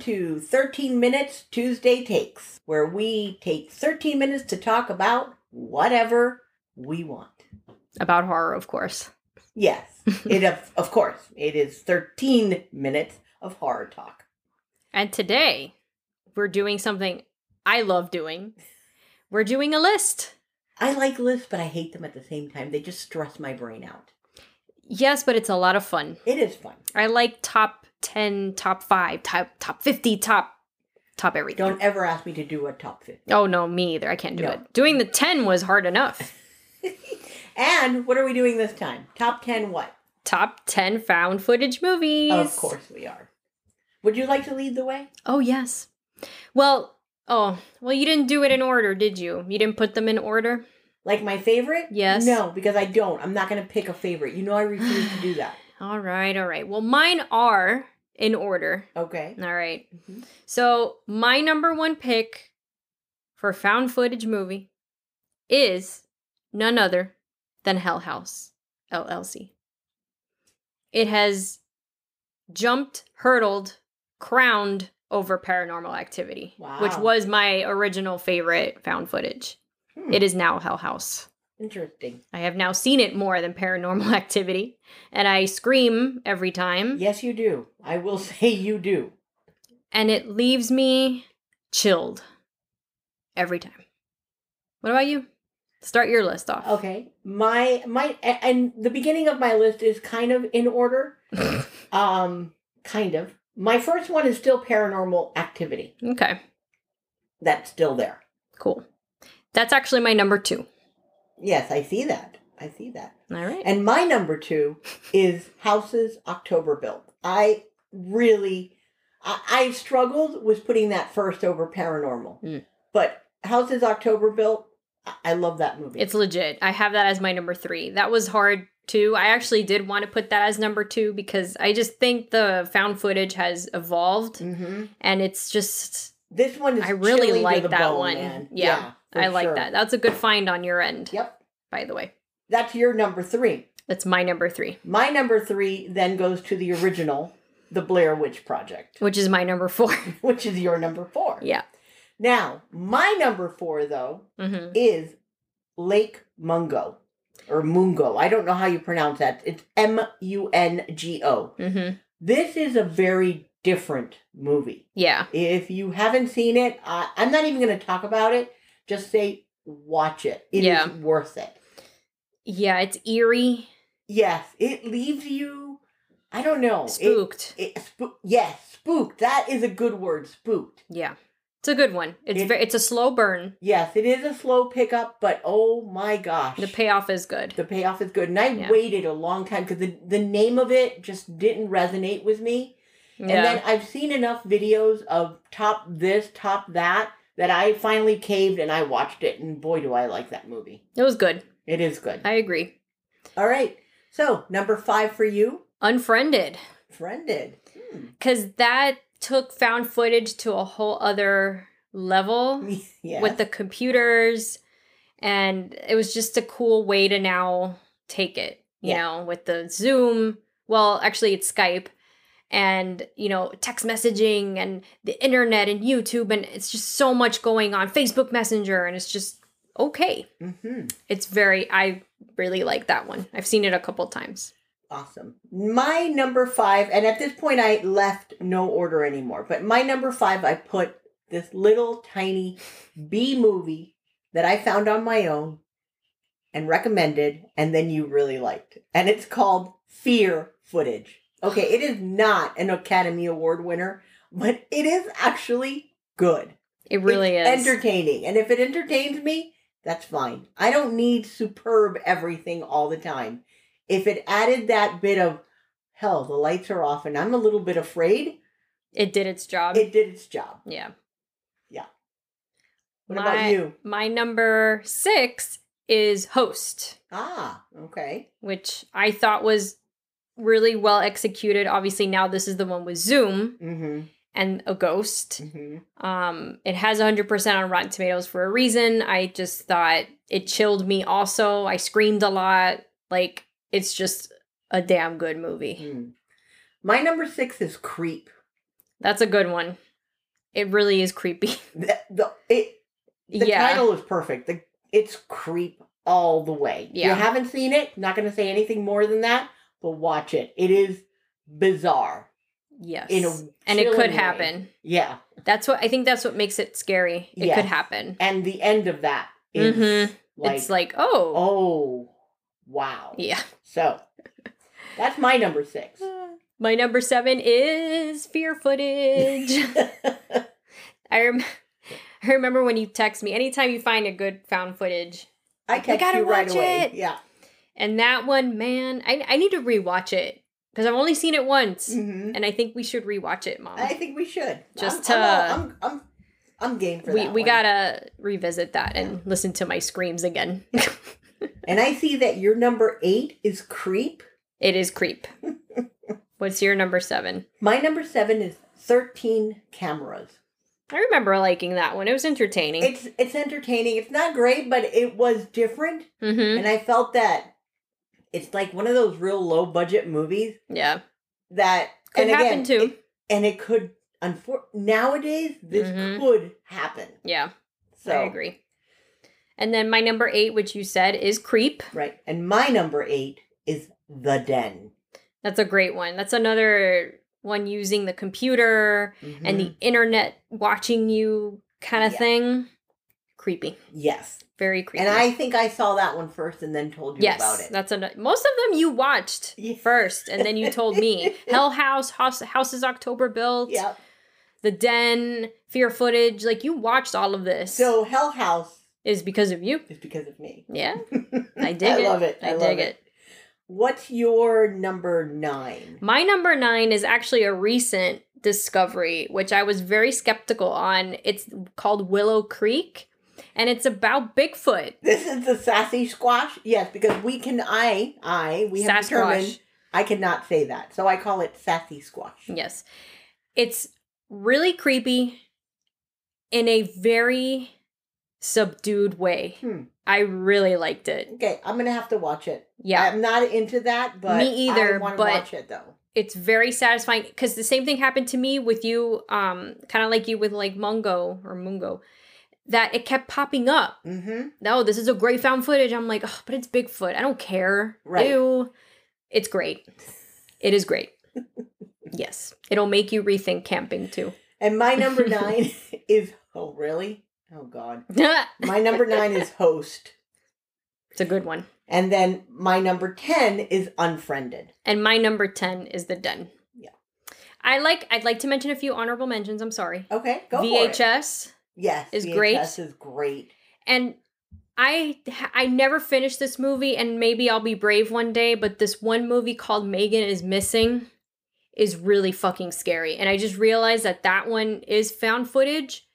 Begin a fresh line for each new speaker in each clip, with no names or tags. to 13 Minutes Tuesday Takes, where we take 13 minutes to talk about whatever we want.
About horror, of course.
Yes, it of, of course, it is 13 minutes of horror talk.
And today, we're doing something I love doing. We're doing a list.
I like lists, but I hate them at the same time. They just stress my brain out.
Yes, but it's a lot of fun.
It is fun.
I like top 10, top 5, top top 50, top top everything.
Don't ever ask me to do a top 50.
Oh no, me either. I can't do
No.
it. Doing the 10 was hard enough.
And what are we doing this time? Top 10 what?
top 10 found footage movies.
Of course we are. Would you like to lead the way?
Oh, yes. Well, oh, well you didn't do it in order, did you? You didn't put them in order?
Like my favorite?
Yes.
No, because I don't. I'm not going to pick a favorite. You know I refuse to do that.
All right, all right. Well, mine are in order.
Okay.
All right.
Mhm.
So, my number one pick for found footage movie is none other than Hell House LLC. It has jumped, hurdled, crowned over paranormal activity, which
Wow.
was my original favorite found footage.
Hmm.
It is now Hell House.
Interesting.
I have now seen it more than paranormal activity, and I scream every time
Yes, you do. I will say you do.
and it leaves me chilled every time. What about you? Start your list off.
Okay. My my a- and the beginning of my list is kind of in order. um kind of. My first one is still paranormal activity.
Okay.
That's still there.
Cool. That's actually my number two.
Yes, I see that. I see that.
All right.
And my number two is Houses October Built. I really, I, I struggled with putting that first over Paranormal,
Mm.
but Houses October Built, I, I love that movie.
it's legit. I have that as my number three. That was hard too. I actually did want to put that as number two because I just think the found footage has evolved
Mhm.
and it's just
This one is.
I really
chilly to
like
the
that
bone,
one.
man.
Yeah,
for
I like
sure.
that. That's a good find on your end,
Yep,
by the way.
that's your number three.
That's my number three,
My number three then goes to the original, The Blair Witch Project,
which is my number four.
which is your number four.
yeah.
Now, my number four though
hmm
is Lake Mungo or Mungo. I don't know how you pronounce that. It's M U N G O.
hmm
This is a very different movie.
Yeah.
If you haven't seen it, I, I'm not even going to talk about it. Just say watch it. It is
Yeah.
worth it.
Yeah, it's eerie,
Yes, it leaves you. I don't know. Oh, It-
spooked.
It, spoo- yes, spooked. That is a good word. Spooked.
yeah, it's a good one. It's
It-
ve- it's a slow burn.
Yes, it is a slow pickup, but oh my gosh,
The payoff is good.
The payoff is good. And I
Yeah.
waited a long time because the, the name of it just didn't resonate with me.
yeah,
And then I've seen enough videos of top this, top that, that I finally caved and I watched it. And boy, do I like that movie.
it was good.
It is good.
I agree.
All right. So, number five for you,
Unfriended,
Friended. Hmm.
because that took found footage to a whole other level
Yeah.
with the computers, and it was just a cool way to now take it. You
Yeah.
know, with the Zoom. Well, actually, it's Skype. And you know, text messaging and the internet and YouTube, and it's just so much going on. Facebook Messenger, and it's just okay.
hmm
It's very I really like that one. I've seen it a couple times.
Awesome. My number five, and at this point I left no order anymore, but my number five, I put this little tiny B movie that I found on my own and recommended, and then you really liked. And it's called Fear Footage. Okay, it is not an Academy Award winner, but it is actually good.
It really
It's
is.
entertaining. And if it entertains me, that's fine. I don't need superb everything all the time. If it added that bit of hell, the lights are off and I'm a little bit afraid,
it did its job.
it did its job.
yeah.
What
My-
about you?
My number 6 is Host,
Ah, okay.
which I thought was really well executed. Obviously now this is the one with Zoom
Mm-hmm.
and a ghost.
mm-hmm.
Um it has 100% on Rotten Tomatoes for a reason. I just thought it chilled me also. I screamed a lot. Like it's just a damn good movie.
My number mm-hmm. six is Creep.
That's a good one. It really is creepy.
The, the, it, the
yeah.
title is perfect. The, it's creep all the way.
Yeah.
You haven't seen it, not going to say anything more than that, but watch it. It is bizarre
yes.
in a
and it could
chilling way.
happen.
Yeah.
That's what I think that's what makes it scary. It
Yes.
could happen.
And the end of that is
Mhm.
like,
it's like, oh.
oh, wow.
Yeah.
So that's my number six.
My number 7 is fear footage. I, rem- I remember when you text me anytime you find a good found footage.
I
We
text
gotta
you right
watch
away.
it.
Yeah.
And that one, man, I, I need to rewatch it because I've only seen it once.
hmm
And I think we should rewatch it, Mom.
I think we should.
um, Just
I'm, I'm,
to-
all- I'm, I'm, I'm game for
we
that.
we
one.
gotta revisit that and listen to my screams again.
And I see that your number eight is creep.
it is creep. What's your number seven?
My number seven is thirteen cameras.
I remember liking that one. It was entertaining.
It's it's entertaining. It's not great, but it was different,
mm-hmm.
and I felt that it's like one of those real low budget movies
Yeah.
that
Could
and
happen
again,
too.
it- and it could. Unfor- nowadays, this
Mhm.
could happen.
yeah,
So
I agree. And then my number eight, which you said is creep.
right, and my number eight is the den.
That's a great one. That's another one using the computer
Mm-hmm.
and the internet watching you kind of
Mm. Yeah.
thing. Creepy.
yes,
Very creepy.
and I think I saw that one first, and then told you
yes,
about it.
that's an, most of them you watched
Yeah.
first, and then you told me Hell House, House, Houses October Built,
Yeah.
The Den, Fear Footage. Like you watched all of this.
So Hell House
is because of you.
is because of me.
Yeah, I dig
I
it.
love it.
I,
love
dig it.
What's your number nine?
My number nine is actually a recent discovery, which I was very skeptical on. It's called Willow Creek, and it's about Bigfoot.
This is the sassy squash. Yes, because we can. I I we have determined I cannot say that, so I call it sassy squash.
Yes. It's really creepy in a very subdued way.
Hmm.
I really liked it.
Okay, I'm gonna have to watch it.
Yeah.
I'm not into that, but
Me either,
I want to
but-
watch it though.
It's very satisfying cuz the same thing happened to me with you um kind of like you with like Mungo or Mungo that it kept popping up.
Mm-hmm.
No, this is a great found footage. I'm like, "Oh, but it's Bigfoot. I don't care."
Right.
Ew. It's great. It is great. yes. It'll make you rethink camping too.
And my number nine is oh really? Oh god.
it's
My number nine is host,
a good one.
and then my number ten is unfriended.
And my number 10 is the den.
Yeah.
I like I'd like to mention a few honorable mentions, I'm sorry.
Okay, go for it.
VHS
Yes,
is
VHS
great.
Is great.
and I I never finished this movie and maybe I'll be brave one day, but this one movie called Megan is Missing is really fucking scary. And I just realized that that one is found footage.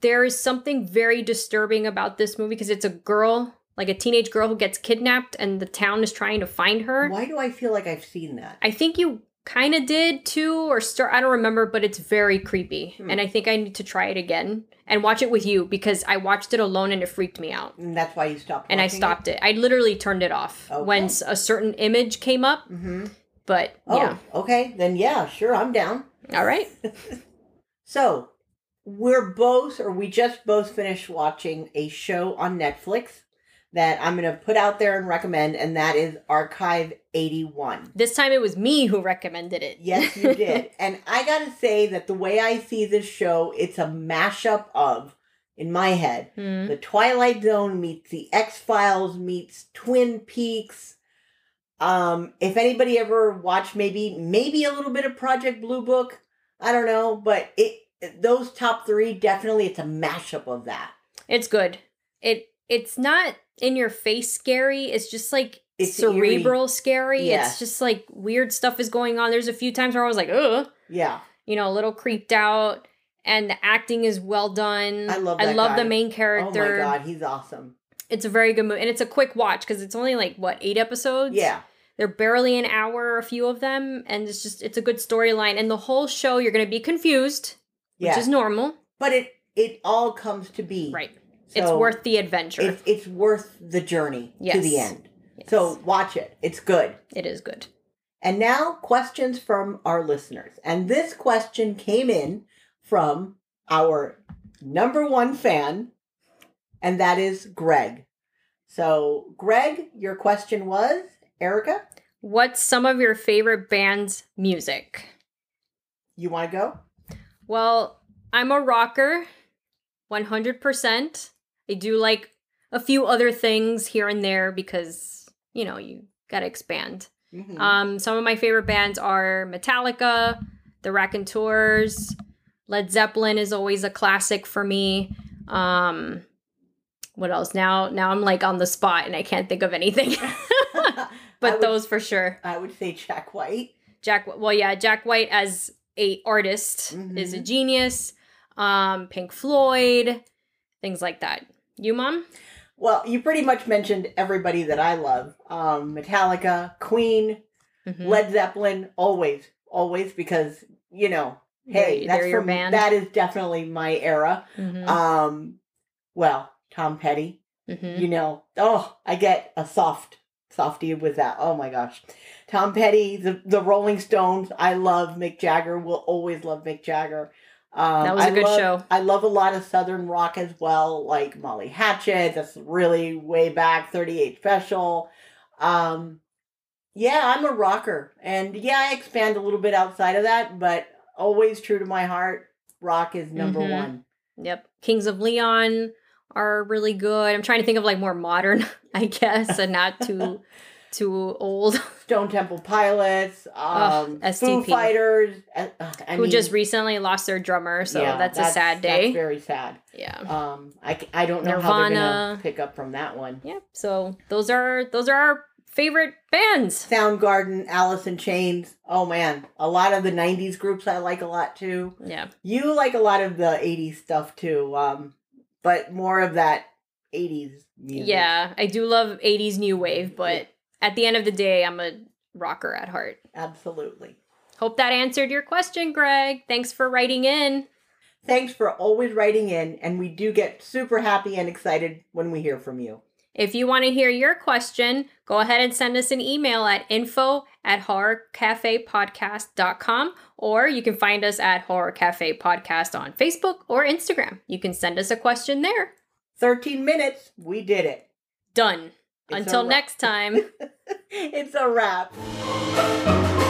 There is something very disturbing about this movie because it's a girl, like a teenage girl who gets kidnapped and the town is trying to find her.
Why do I feel like I've seen that?
I think you kind of did too, or start. I don't remember, but it's very creepy,
Hmm.
and I think I need to try it again and watch it with you because I watched it alone and it freaked me out,
And Mm, that's why you stopped.
and I stopped it. I literally turned it off when
Okay.
s- a certain image came up.
Mm-hmm.
But
Oh,
yeah,
okay. Then yeah, sure, I'm down.
all right,
So we're both, or we just both finished watching a show on Netflix that I'm going to put out there and recommend, and that is Archive 81.
this time it was me who recommended it.
Yes, you did. and I got to say that the way I see this show, it's a mashup of, in my head,
Hmm.
the Twilight Zone meets the X Files meets Twin Peaks. Um, if anybody ever watched maybe maybe a little bit of Project Blue Book, I don't know, but it those top three definitely it's a mashup of that.
It's good. It it's not in your face scary. It's just like
It's
cerebral scary. It's
Yes.
just like weird stuff is going on. There's a few times where I was like, ugh.
Yeah,
you know, a little creeped out, and the acting is well done.
I love
I
that
love
guy.
the main
oh my
character.
god, he's awesome.
It's a very good movie, and it's a quick watch because it's only like what eight episodes.
Yeah,
they're barely an hour, a few of them, and it's just it's a good storyline. And the whole show, you're gonna be confused,
yeah,
which is normal,
but it it all comes to be
right? it's
So
worth the adventure.
it's it's worth the journey to
Yes.
the end.
Yes.
So watch it; it's good.
it is good.
And now, questions from our listeners. And this question came in from our number one fan, and that is Greg. So, Greg, your question was Erica,
What's some of your favorite band's music?
you want to go?
Well, I'm a rocker, 100%. I do like a few other things here and there because, you know, you gotta expand.
Mhm.
Um, some of my favorite bands are Metallica, The Raconteurs, Led Zeppelin is always a classic for me. Um, what else? Now, now I'm like on the spot and I can't think of anything,
I
but
would-
those for sure.
I would say Jack White.
Jack, well, yeah, Jack White as a artist is a
Mhm.
genius. Um, Pink Floyd, things like that. You, mom?
Well, you pretty much mentioned everybody that I love. Um, Metallica, Queen,
Mhm.
Led Zeppelin, always, always because, you know, hey,
They're-
that's
they're your
from-
band.
that is definitely my era.
Mhm.
Um, well, Tom Petty,
Mhm.
you know, oh, I get a soft softy with that. Oh my gosh. Tom Petty, the the Rolling Stones, I love Mick Jagger, will always love Mick Jagger. Um,
That was a
I
good
love-
show.
I love a lot of Southern rock as well, like Molly Hatchet. That's really way back, 38 Special. Um, yeah, I'm a rocker. And yeah, I expand a little bit outside of that, but always true to my heart, rock is number
Mhm.
one.
Yep. Kings of Leon are really good. I'm trying to think of like more modern, I guess, and not too too old.
Stone Temple Pilots, um,
Ugh,
Foo
STP.
Fighters. uh, uh, I
who
mean,
just recently lost their drummer, so
yeah,
that's, a sad day.
That's very sad.
yeah.
Um, I, c- I don't know how they're going
Nirvana.
to pick up from that one.
Yep. So those are those are our favorite bands.
Soundgarden, Alice in Chains. Oh man, a lot of the '90s groups I like a lot too.
Yeah.
You like a lot of the '80s stuff too, um, but more of that '80s music.
Yeah. I do love 80s new wave, but at the end of the day, I'm a rocker at heart.
absolutely.
Hope that answered your question, Greg. Thanks for writing in.
Thanks for always writing in, and we do get super happy and excited when we hear from you.
If you want to hear your question, go ahead and send us an email at info at horrorcafepodcast.com or you can find us at Horror Cafe Podcast on Facebook or Instagram. You can send us a question there.
13 minutes, we did it.
Done.
It's
Until
a wrap.
next time.
It's a wrap.